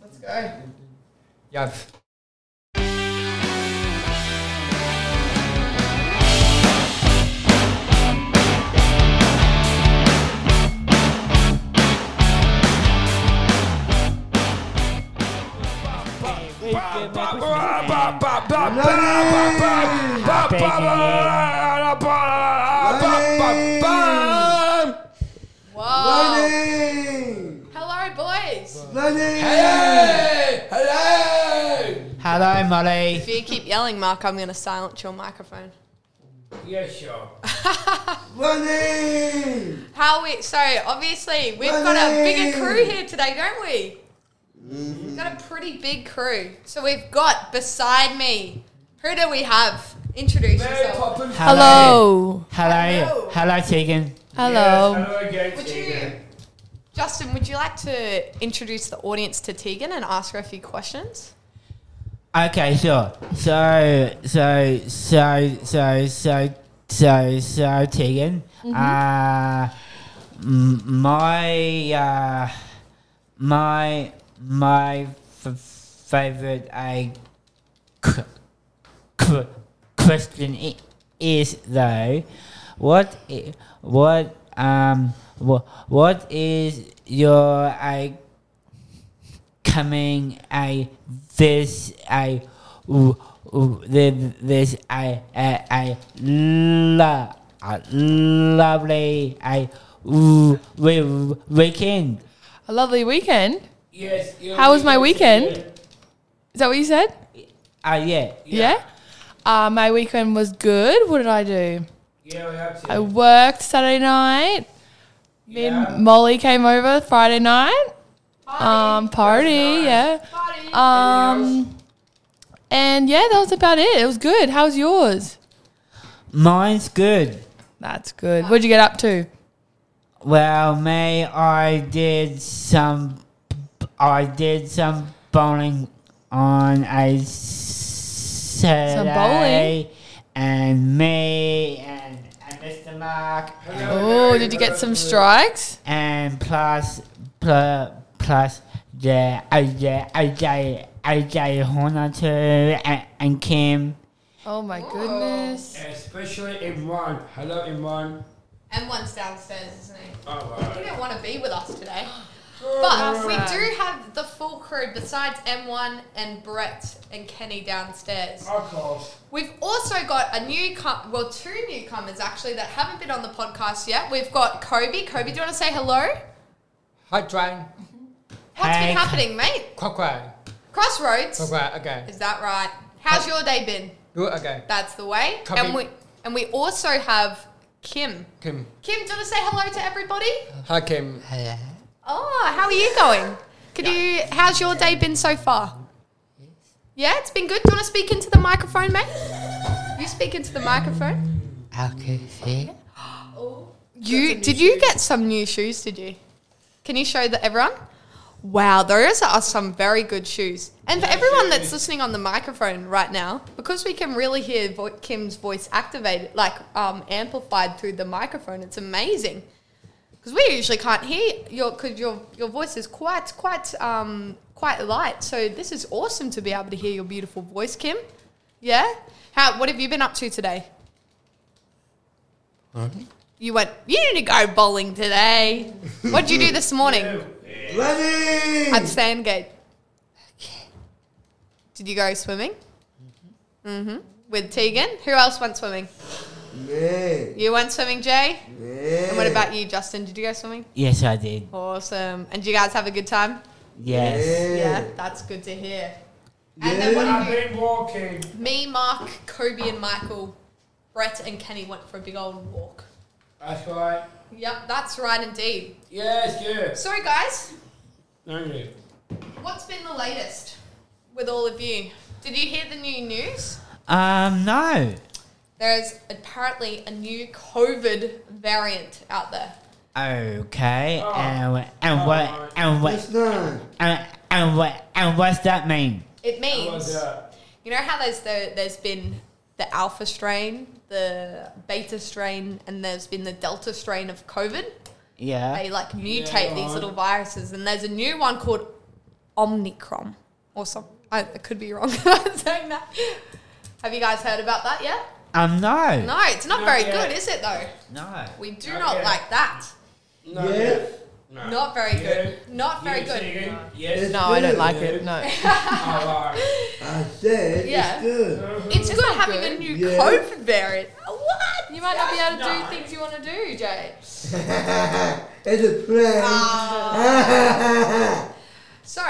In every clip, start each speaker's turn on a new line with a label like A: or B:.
A: Let's go.
B: Yeah.
A: Whoa.
C: Learning!
A: Hello, boys.
C: Learning!
B: Hey! Hello!
D: Hello, Molly.
A: If you keep yelling, Mark, I'm going to silence your microphone.
B: Yeah, sure.
C: Learning!
A: How we? So obviously we've got a bigger crew here today, don't we? We've got a pretty big crew. So we've got beside me. Who do we have? Introduce
B: Mary
A: yourself.
B: Poppins.
E: Hello.
D: Hello. Hello, Tegan.
E: Hello.
B: Yes, hello again,
A: Would
B: Tegan.
A: you, Justin? Would you like to introduce the audience to Tegan and ask her a few questions?
D: Okay, sure. So, so, so, so, so, so, so, Tegan. Uh, m- my, uh, my, my f- favorite I c- c- question i- is though, what, i- what, um, wha- what is your uh, I coming I this I ooh, ooh, thi- this I I, I lo- uh, lovely I ooh, we, weekend.
E: A lovely weekend.
B: Yes. you're
E: How was my
B: Tegan.
E: weekend? Is that what you said?
D: Ah yeah.
E: Yeah. Uh, my weekend was good. What did I do?
B: Yeah, we have to.
E: I worked Saturday night. Me
B: Yeah.
E: and Molly came over Friday night. Um, party, yeah.
A: Party.
E: Um, and yeah, that was about it. It was good. How was yours?
D: Mine's good.
E: That's good. What'd you get up to?
D: Well, May I did some I did some bowling on a Saturday, and me and, and Mr. Mark and
E: Oh, did you get some strikes?
D: and plus plus plus the I the I the I the Horner too and, and Kim.
E: Oh my goodness.
B: Especially Imran. Hello, Imran.
A: and one's downstairs, isn't he? He
B: Alright.
A: didn't want to be with us today. But we do have the full crew besides M1 and Brett and Kenny downstairs.
B: Of course.
A: We've also got a new, com- well, two newcomers actually that haven't been on the podcast yet. We've got Kobe. Kobe, do you want to say hello?
F: Hi, Dwayne.
A: What's
D: Hey.
A: been happening, mate?
F: Quack, quack.
B: Oh,
A: Crossroads.
F: Quack, Okay.
A: Is that right? How's your day been?
F: Good, okay.
A: That's the way.
F: Copy.
A: And we and we also have Kim.
F: Kim.
A: Kim, do you want to say hello to everybody?
F: Hi, Kim.
A: Oh, how are you going? Could you? How's your day been so far? Yeah, it's been good. Do you want to speak into the microphone, mate? You speak into the microphone. You did you get some new shoes? Did you? Can you show that everyone? Wow, those are some very good shoes. And for everyone that's listening on the microphone right now, because we can really hear vo- Kim's voice activated, like um, amplified through the microphone, it's amazing. Because we usually can't hear your because your your voice is quite quite um quite light. So this is awesome to be able to hear your beautiful voice, Kim. Yeah. How? What have you been up to today? You went. You need to go bowling today. What did you do this morning
C: Learning!
A: at Sandgate? Did you go swimming? Mm-hmm. With Tegan. Who else went swimming?
C: Me!
A: You went swimming, Jay.
C: Me!
A: And what about you, Justin? Did you go swimming?
D: Yes, I did.
A: Awesome. And did you guys have a good time?
D: Yes.
A: Yeah, that's good to hear. And then what
B: I've
A: did
B: been walking.
A: you? Me, Mark, Kobe, and Michael, Brett, and Kenny went for a big old walk.
B: That's right.
A: Yep, that's right indeed.
B: Yes, yes.
A: So, guys,
B: Thank you.
A: what's been the latest with all of you? Did you hear the new news?
D: Um, no.
A: There's apparently a new COVID variant out there.
D: Okay.
B: Oh.
D: And wha- and what and
C: What's
D: what
C: that?
D: and, and what and what's that mean?
A: It
B: How was uh,
A: means
B: that?
A: you know how there's the, there's been the alpha strain, the beta strain, and there's been the delta strain of COVID.
D: Yeah.
A: they like mutate these
B: right.
A: little viruses and there's a new one called Omnicron or something. I I could be wrong I'm saying that. Have you guys heard about that yet?
D: Um, no.
A: No, it's not
B: Not
A: very
B: yet.
A: good, is it though?
D: No.
A: We do
B: Not
A: not,
B: yet.
A: like that.
B: No.
C: Yeah.
B: No.
A: Not very
B: Yeah.
A: good. Not very
B: Yes,
A: good.
B: chicken. Yes.
E: No, I don't like
C: Yeah.
E: it. No.
B: Alright.
C: I said
A: Yeah.
C: it's good.
A: It's good having
E: good.
A: a new
C: Yeah.
A: COVID variant. What? You might not be able to
B: That's
A: do things you want to do, Jay.
C: it's a plan.
A: Ah. So,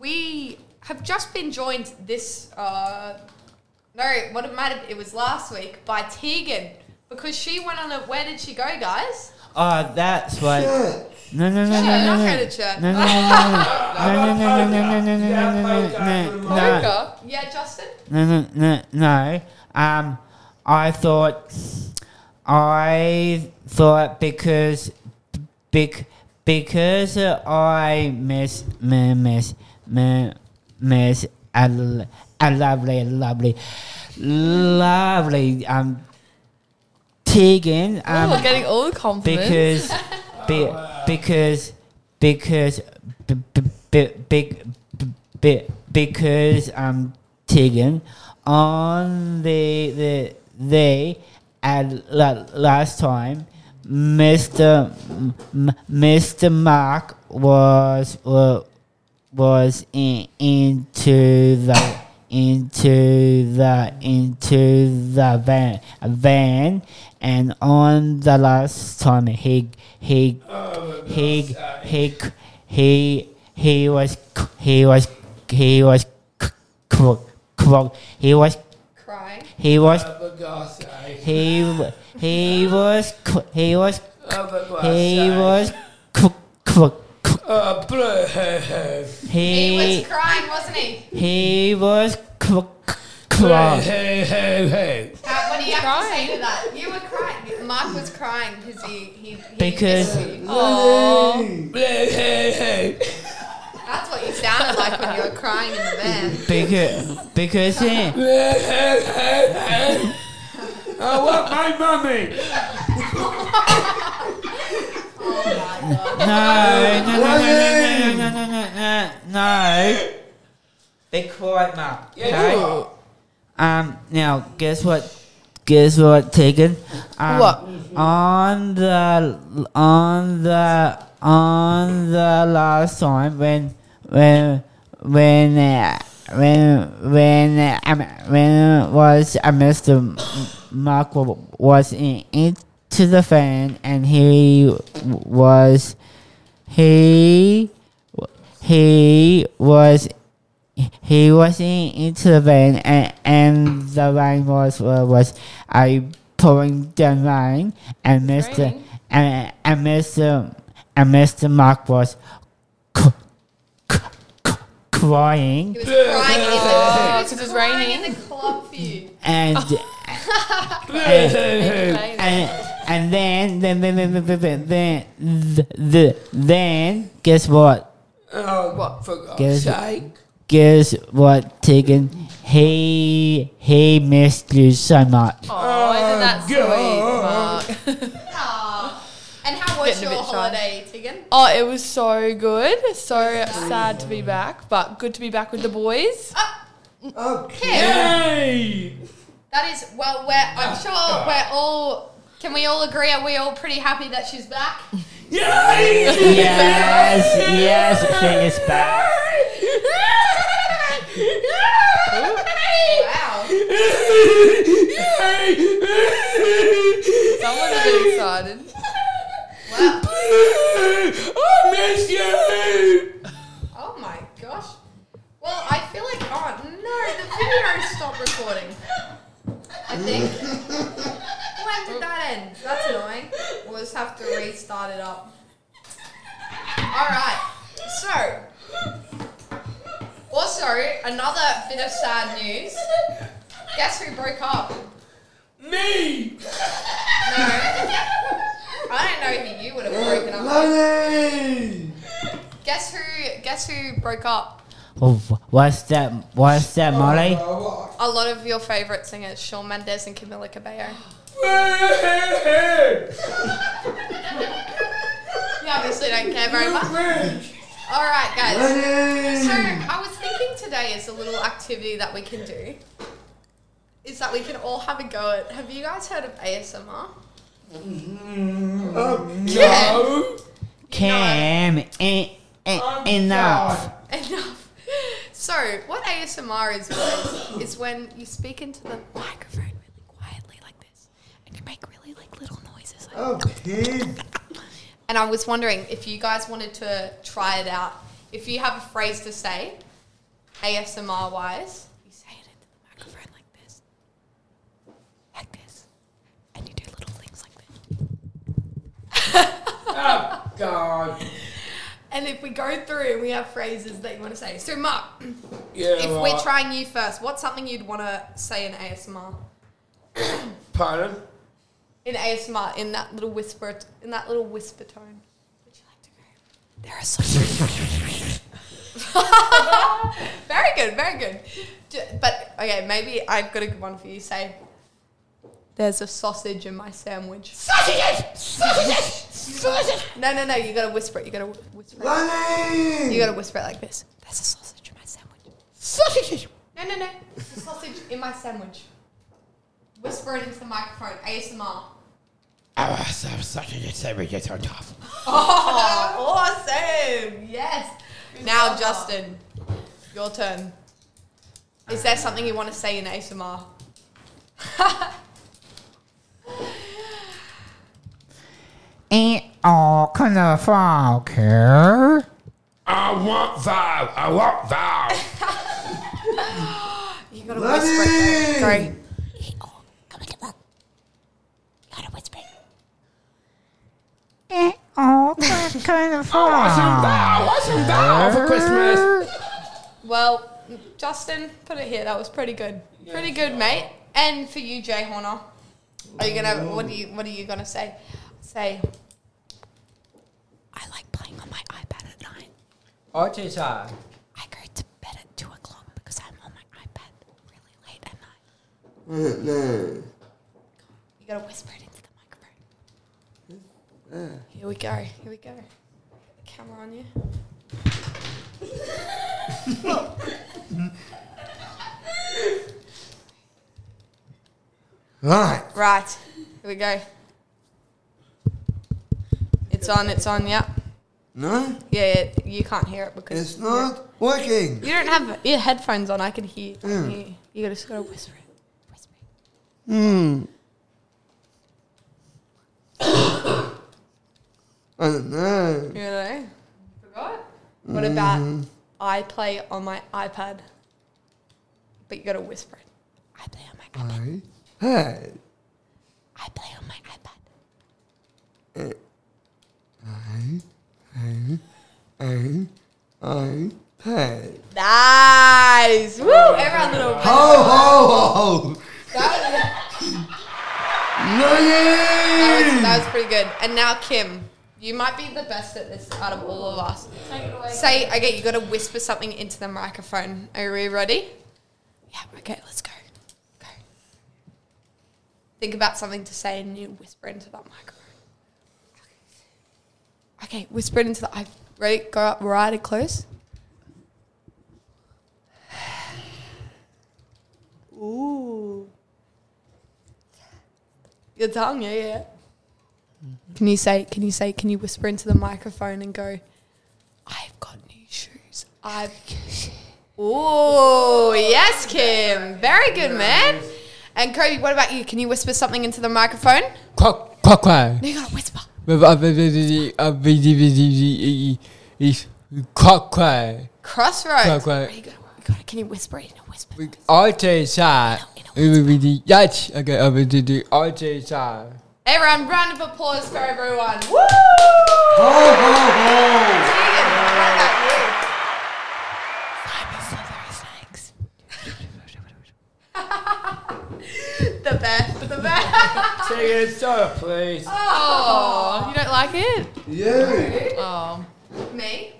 A: we have just been joined this, uh, no, what it might have, it was last week, by Tegan. Because she went on a, where did she go, guys?
D: Oh, that's what.
C: Shut.
D: No, no, no, no,
A: Church.
D: no,
A: Not
D: no.
A: go to church.
D: No, no, no, no, no, no, no, no, no, no, no, no, no, no, no.
A: Poker. Yeah, Justin?
D: No, no, no, no. Um, I thought, I thought because, bec- because I miss, mi- miss, mi- miss a, l- a lovely, lovely, lovely, um, Tegan,
E: Oh, we're
D: um,
E: getting all the compliments.
D: because, be, because, because, b- b- b- big, b- b- because um, Tegan on the the they at la- last time, Mister Mister Mark was uh, wa- was in, into the into the into the van van and on the last time he he he he he he was c- he was he was c- c- c- he was
A: Crying.
D: he was
B: Oh my God, sorry.
D: he w- he was c- he was
B: Oh my God,
D: he
B: sorry.
D: was c- c- c-
B: Uh, blue.
A: He was
D: he
A: crying, wasn't he?
D: he was c- c- clock.
B: Hey, hey, hey.
A: How, Uh, what do you have to say
E: Crying.
A: to that? You were crying. Mark was crying because he, he, he
D: Because-
A: missed you.
E: Aw.
B: Blue, hey, hey.
A: That's what you sounded like when you were crying in the van.
D: because because he,
B: Blue, hey, hey, hey. I want my mummy.
D: No, no, no, no, no, no, no, no, no, no, no. Be quiet, Mark. Okay. Um. Now, guess what? Guess what, Tegan? Um,
E: What?
D: On the on the on the last time when when when. Uh, when when uh, um, when was uh, Mr. Mark wa- was in, into the fan and he was he he was he was in, into the van and, and the rain was uh, was I pouring down rain and
E: It's
D: Mr.
E: raining.
D: And, and Mr. and Mr. Mark was c- c- c- crying
A: He was crying in the,
E: Oh,
A: he was
E: 'cause it's
A: crying
E: raining.
A: in the club for you.
D: and
B: Blue, hey, hey.
D: and and then then then then then then, then, th- th- then guess what
B: Oh, what for God's
D: Guess-
B: sake?
D: guess what Tegan he he missed you so much
E: Oh, isn't that
B: Oh, God.
E: sweet, Mark?
A: Aw. And how was
E: Getting a
A: your
E: bit shy.
A: holiday, Tegan?
E: Oh, it was so good. So sad to be back, but good to be back with the boys.
A: Oh.
C: Okay.
A: Okay.
B: Hey!
A: That is well. We're, I'm sure we're all. Can we all agree? Are we all pretty happy that she's back?
B: Yay!
D: yes yes thing is back
A: wow.
E: Someone a bit excited.
A: Wow.
B: I miss you!
A: Oh my gosh. Well, I feel like oh no, the video stopped recording. I think. when did that end? That's annoying. We'll just have to restart it up. Alright. So also another bit of sad news. Guess who broke up?
B: Me!
A: No. I don't know who you would have broken up with.
C: Lovely.
A: Guess who guess who broke up?
D: oh, what's that what's that Molly
A: A lot of your favourite singers, Shawn Mendes and Camila Cabello.
B: Hey!
A: You obviously don't care very much.
B: Rich!
A: All right, guys. So
C: Money!
A: I was thinking today is a little activity that we can do. Is that we can all have a go at? Have you guys heard of ASMR?
C: Okay.
A: No.
D: Cam, eh, eh, enough.
A: Enough. So, what ASMR is guys, is when you speak into the microphone really quietly like this, and you make really like little noises. Like,
C: Okay.
A: and I was wondering if you guys wanted to try it out. If you have a phrase to say, ASMR wise, you say it into the microphone like this, like this, and you do little things like this.
F: Oh, God.
A: And if we go through, we have phrases that you want to say. So, Mark,
F: Yeah,
A: if
F: right.
A: we're trying you first, what's something you'd want to say in ASMR?
F: Pardon?
A: in ASMR in that little whisper in that little whisper tone. Would you like to go? There are some. very good, very good. J- But okay, maybe I've got a good one for you. Say, there's a sausage in my sandwich. Sausage, sausage, sausage. No, no, no. You gotta whisper it. You gotta wh- whisper. It.
C: Money!
A: You gotta whisper it like this. There's a sausage in my sandwich. Sausage. No, no, no. There's a sausage in my sandwich. Whisper it into the microphone. ASMR.
B: Oh, so such a sandwich on top.
A: Oh, awesome! Yes. Now, Justin, your turn. Is there something you want to say in ASMR?
D: Ain't all gonna fall, care.
B: I want Val. I want Val.
A: You gotta whisper it. though.
C: Money!
A: Sorry.
D: Ain't all gonna
B: want some
D: fall.
B: Val. I want some Val for Christmas.
A: Well, Justin, put it here. That was pretty good. pretty good, mate. And for you, Jay Horner, are you gonna? What are you? What are you gonna say? Say. I like playing on my iPad at night.
F: What is that?
A: I go to bed at two o'clock because I'm on my iPad really late at night. You gotta whisper it into the microphone. Here we go. Here we go. Camera on you.
C: Right.
A: Right. Here we go. It's on. It's on. Yeah.
C: No,
A: Yeah. yeah you can't hear it because
C: it's not working.
A: You don't have your headphones on. I can hear. I can hear you. You gotta just gotta whisper it. Whisper. it.
C: Hmm. I don't know.
A: You know. Forgot. What about I play on my iPad? But you gotta whisper it. I play on my iPad.
C: I had.
A: I play on my iPad.
C: I, I, I, I paid.
A: Nice. Woo! Everyone little
C: Ho, ho, ho!
A: that, was,
C: Money!
A: that was pretty good. And now Kim, you might be the best at this out of all of us. Say okay, you gotta whisper something into the microphone. Are we ready? Yeah, okay, let's go. Go. Think about something to say and you whisper into that microphone. Okay, whisper it into the I ready, go up right and close. Ooh. Your tongue, yeah, yeah. Mm-hmm. Can you say, can you say, can you whisper into the microphone and go, I've got new shoes. I've. Ooh, yes, Kim. Very good, man. And Kobe, what about you? Can you whisper something into the microphone?
F: Cock, cock, cock.
A: You gotta whisper.
F: e, Is cock, cock.
A: Crossroads.
F: Crossroads.
A: You gotta- you gotta- Can you whisper it in a whisper?
F: What is that? Yes, okay, I will do what is that?
A: Everyone, round of applause for everyone. Woo! Keegan, what about you? the best, the best.
F: Take it, stop, please.
E: Oh, you don't like it?
C: Yeah.
E: Oh.
A: Me?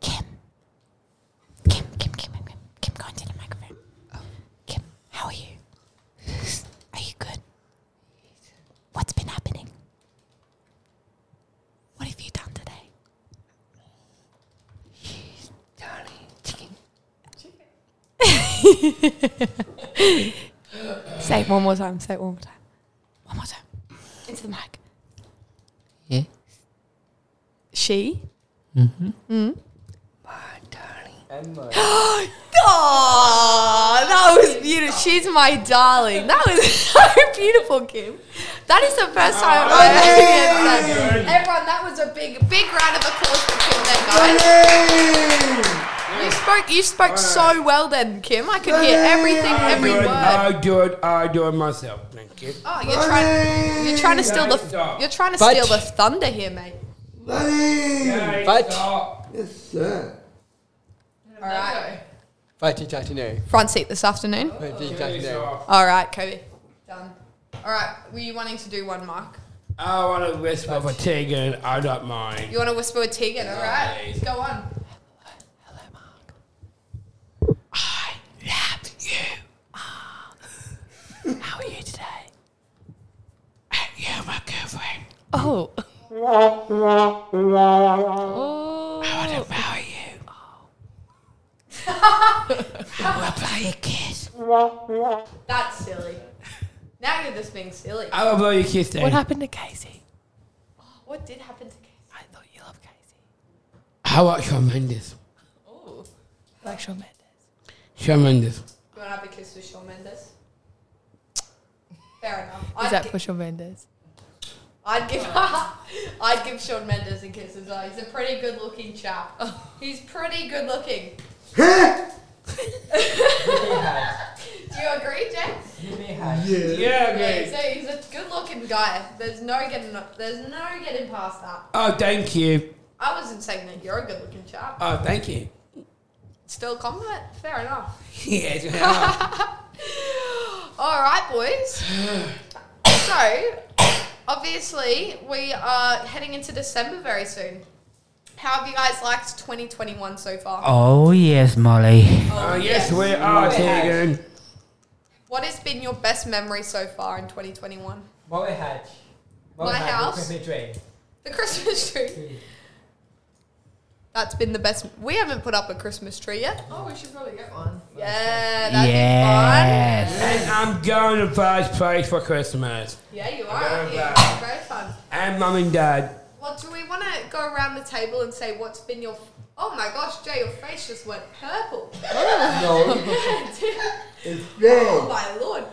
G: Kim. Kim, Kim, Kim, Kim, Kim. Kim, go into the microphone. Kim, how are you? Are you good?
A: Say it one more time. Say it one more time. One more time. Into the mic.
F: Yeah.
A: She. Mm.
F: Mm-hmm.
A: Oh, that was beautiful. She's my darling. That was so beautiful, Kim. That is the first time I've ever said that. Everyone, that was a big, big round of applause for Kim then, guys. You spoke, you spoke so well then, Kim. I could hear everything, every
B: do it,
A: word.
B: I do it. I do it myself. Thank you.
A: Oh, you're trying, you're trying to steal the, you're trying to
F: But-
A: steal the thunder here, mate.
C: Buddy!
F: But-
C: Yes, sir.
A: All right,
F: But did you know?
A: front seat this afternoon.
F: But did you know?
A: All right, Kobe, done. All right, were you wanting to do one, Mark?
B: I want to whisper for Tegan. I don't mind.
A: You want to whisper with Tegan? All right, go on.
E: How are you today?
B: You're my girlfriend.
E: Oh. oh. I want to marry you.
A: That's silly. Now you're just being silly.
B: I will blow your kiss
E: What
B: then.
E: happened to Casey?
A: What did happen to Casey?
E: I thought you loved Casey.
B: How about Shawn Mendes?
E: Like Shawn Mendes.
B: Shawn Mendes.
A: You want to have a kiss with Shawn Mendes? Fair enough.
E: Is
A: I'd,
E: that
A: gi-
E: for Shawn Mendes?
A: I'd give I'd give Shawn Mendes a kiss as well. He's a pretty good looking chap.
E: Oh.
A: He's pretty good looking. Do you agree, James?
B: Yeah,
A: Yeah, he's
B: okay.
A: a, he's a good looking guy. There's no getting there's no getting past that.
B: Oh, thank you.
A: I wasn't saying that you're a good looking chap.
B: Oh, thank you.
A: Still combat? Fair enough.
B: Yes. yeah.
A: All right, boys. so, obviously, we are heading into December very soon. How have you guys liked 2021 so far?
D: Oh yes, Molly.
B: Oh, yes, we are, Tegan.
A: What has been your best memory so far in 2021?
F: Molly Hatch.
A: Molly My Hatch, house? The Christmas tree. That's been the best. We haven't put up a Christmas tree yet.
E: Oh, we should probably get one.
A: Yeah, that'd be
D: Yes.
B: And I'm going to first place for Christmas.
A: fun. Yeah, you are. aren't you?
B: Very
A: Very fun.
B: And mum and dad.
A: Well, do we want to go around the table and say what's been your? Oh my gosh, Jay, your face just went purple.
C: No, it's
A: Oh
C: red.
A: my lord.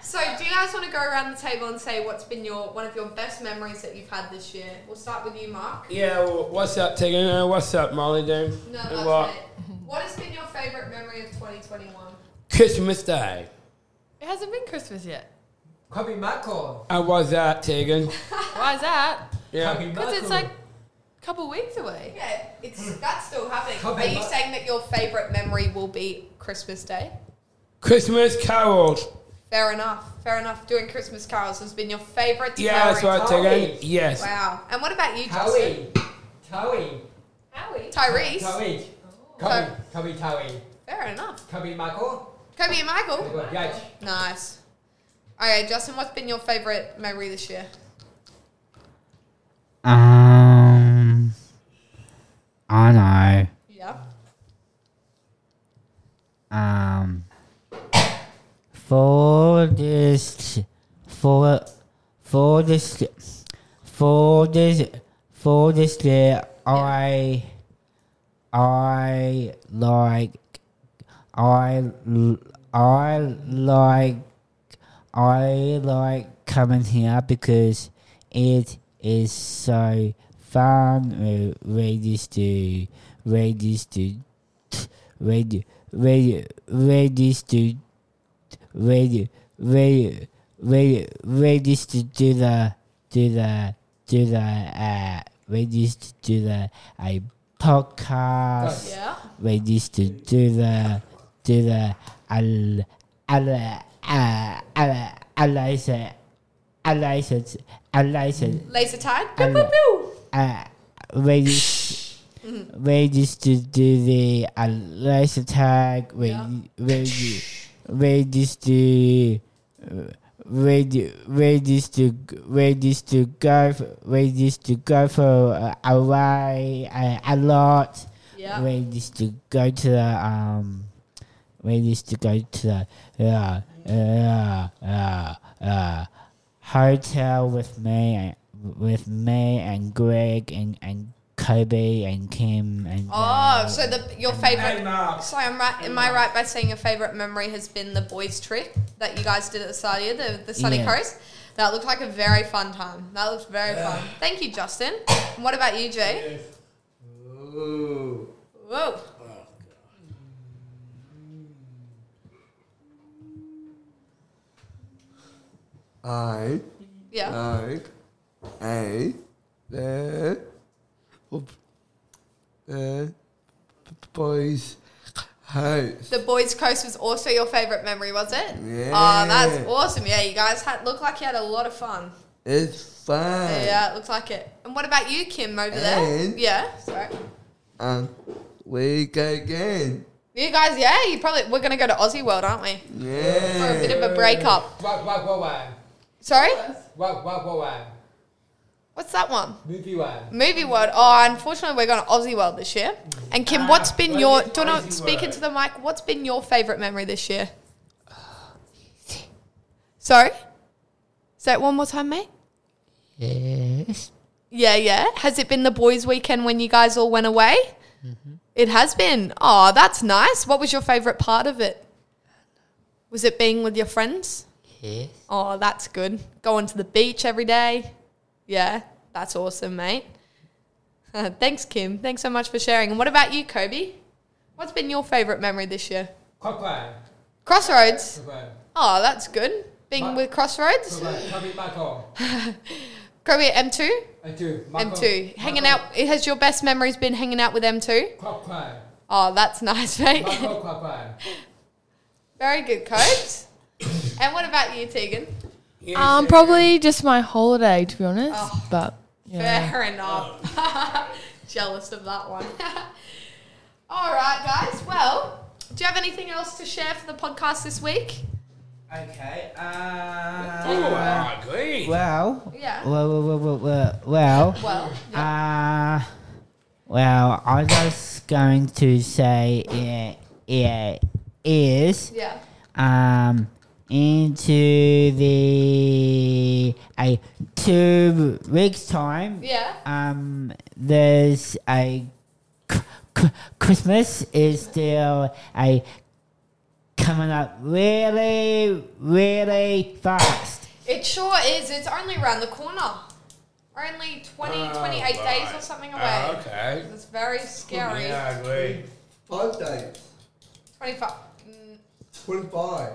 A: So, do you guys want to go around the table and say what's been your one of your best memories that you've had this year? We'll start with you, Mark.
B: Yeah, well, what's up, Tegan? Uh, what's up, Molly, dude?
A: No,
B: Uh,
A: that's
B: what?
A: it. What has been your favourite memory of 2021?
B: Christmas Day.
E: It hasn't been Christmas yet.
F: Copy Michael.
B: I was at Uh, Tegan.
E: Why is that?
B: Yeah.
E: Because it's like a couple weeks away.
A: Yeah, it's that's still happening.
F: Come
A: Are
F: on,
A: you
F: Mark.
A: saying that your favourite memory will be Christmas Day?
B: Christmas carols.
A: Fair enough. Fair enough. Doing Christmas carols has been your favourite.
B: Yeah, that's
A: memory.
B: right, Tegan. Yes.
A: Wow. And what about you, Justin?
F: Towie. Towie.
A: Howie. Tyrese.
F: Towie. Copy.
A: Sorry.
F: Copy Towie.
A: Fair enough.
F: Copy Michael.
A: Kobe and Michael.
F: Yatch.
A: Nice. All right, Justin, what's been your favourite memory this year?
D: Oh. Um. I know.
A: Yeah.
D: um for this for for this for this for this day I I like I l- I like I like coming here because it is so fun uh, ladies to ladies to radio, radio, radio, stu- radio, radio, radio, radio, stu- do the, do the, do the, uh, radio, stu- do the, a podcast,
A: Yeah.
D: radio, stu- do the, do the, al, al, uh, al, al, license, a license, a license,
A: Laser tag.
D: And-
A: Pew, pew, pew.
D: uh, ready, ready to do the uh, lice attack. Ready, ready, ready to, uh, ready, ready to, ready to go, for, ready to go for uh, a ride uh, a lot.
A: Yeah.
D: Ready to go to the um, we used to go to the uh, uh, uh, uh, hotel with me and with me and Greg and, and Kobe and Kim and
A: Oh, so the your
B: Hey,
A: favorite.
B: Mark.
A: So I'm right. Am I right by saying your favorite memory has been the boys' trip that you guys did at the Sadia, the, the sunny
D: Yeah.
A: coast? That looked like a very fun time. That looked very fun. Thank you, Justin. And what about you, Jay?
C: Ooh.
A: Whoa.
C: I
A: Yeah.
C: like a the of the boys house.
A: The boys' coast was also your favorite memory, was it?
C: Yeah.
A: Oh, that's awesome. Yeah, you guys had looked like you had a lot of fun.
C: It's fun.
A: Yeah, it looks like it. And what about you, Kim, over there?
C: And-
A: Yeah, sorry.
C: Um, we go again.
A: You guys, yeah, you probably we're gonna go to Aussie World, aren't we? For a bit
C: Yeah.
A: of a breakup.
F: Wah, wah, wah, wah.
A: Sorry,
F: Wah, wah, wah, wah.
A: what's that one?
F: Movie wah.
A: Movie World. Oh, unfortunately, we're going to Aussie World this year. And Kim, what's been
B: what
A: your?
B: is
A: Do you want
B: Ah, Aussie
A: to speak
B: World?
A: into the mic? What's been your favorite memory this year? Sorry. Say it one more time, mate.
G: Yes.
A: Yeah, yeah. Has it been the boys' weekend when you guys all went away?
G: Mm-hmm.
A: It has been. Oh, that's nice. What was your favorite part of it? Was it being with your friends?
G: Yes.
A: Oh, that's good. Going to the beach every day. Yeah, that's awesome, mate. Thanks, Kim. Thanks so much for sharing. And what about you, Kobe? What's been your favorite memory this year?
F: Quack, quack.
A: Crossroads.
F: Quack,
A: Oh, that's good. Being
F: Mine-
A: with Crossroads.
F: quack. Tommy Marco.
A: Kobe at M2?
F: I do.
A: M2. Hanging out. Has your best memories been hanging out with M2?
F: Quack, quack.
A: Oh, that's nice, mate.
F: Marco, quack, quack.
A: Very good, coach. and what about you, Tegan?
E: Um, probably just my holiday, to be honest.
A: Oh.
E: But yeah.
A: Fair enough. Jealous of that one. All right, guys. Well, do you have anything else to share for the podcast this week?
D: okay
B: Oh,
D: uh,
B: I agree.
D: well
A: Yeah.
D: well well well well, well
A: Well, yeah.
D: Uh, well, I was going to say it, it is
A: yeah.
D: um into the a two weeks time.
A: Yeah.
D: Um, there's a c- c- Christmas is still a coming up really really fast.
A: It sure is. It's only around the corner. Only 20, 28 days or something away.
B: Oh, Ah, okay.
A: It's very scary.
B: Yeah, I agree.
C: Five days.
A: 25. mm,
C: Twenty-five.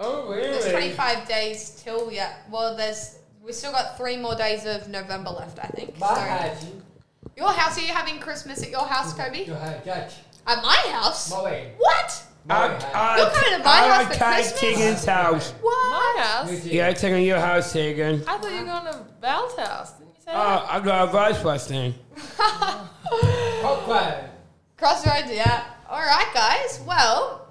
B: Oh,
A: There's
B: really?
A: 25 days till, yeah. Well, there's. We've still got three more days of November left, I think.
F: My
A: So-
F: hat.
A: Your house? Are you having Christmas at your house, Kobe?
F: Your hat, judge.
A: At my house?
F: My way.
A: What?
B: Ah,
F: My
B: I'm-
F: hat.
B: I'm-
A: You're coming to my house
B: I'm
A: for
B: taking
A: Christmas?
B: Tegan's house.
A: What?
E: My house.
B: Yeah, I'm taking your house, Tegan.
E: I thought you were going to Val's house. Didn't you say that?
B: Oh, I got a vice Western.
F: Quack, quack.
A: Crossroads, yeah. All right, guys. Well,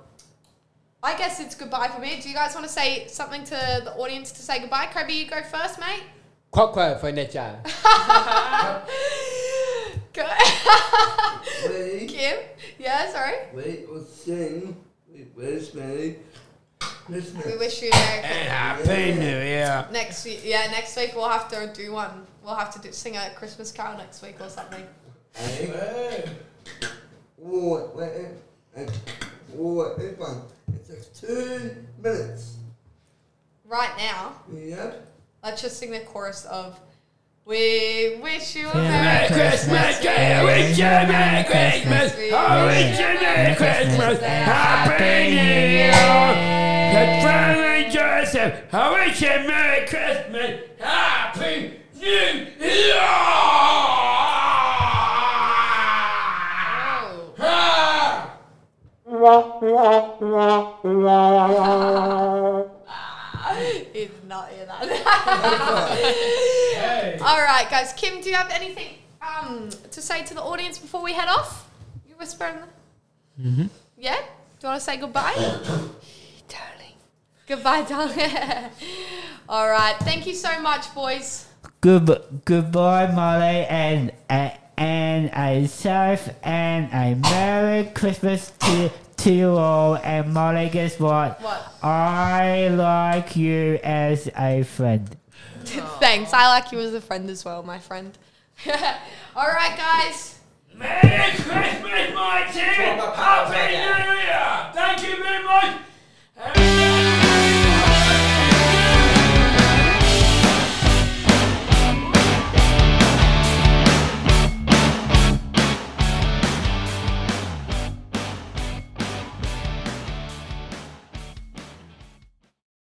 A: I guess it's goodbye for me. Do you guys want to say something to the audience to say goodbye? Kobe, you go first, mate.
F: Quack, quack for next time.
A: Go.
C: We
A: Kim? Yeah, sorry.
C: we will sing. We wish me
A: We
C: Christmas.
A: wish you a Merry Christmas.
B: And Happy New Year.
A: Next week, yeah, next week we'll have to do one. We'll have to do, sing a Christmas carol next week or something.
C: Hey. Ooh, wait, eh, ooh, it's fun. It takes two minutes.
A: Right now,
C: Yep.
A: let's just sing the chorus of "We wish you a
B: Merry
A: Merry
B: Christmas, dear. Wish you a Merry Christmas. Oh, I wish you a Merry Christmas. Happy New Year. Good family, Joseph. I wish you a Merry Christmas. Happy New Year.
A: Oh.
B: Ah!
A: He did not hear that. All right, guys. Kim, do you have anything um, to say to the audience before we head off? You whispering? Mm-hmm. Yeah. Do you want to say goodbye, darling? Goodbye, darling. All right. Thank you so much, boys.
D: Good goodbye, Molly, and and and a safe and a merry Christmas to to you all, and Molly, guess what?
A: What?
D: I like you as a friend.
A: Thanks. I like you as a friend as well, my friend. All right, guys.
B: Merry Christmas, Martin! Happy New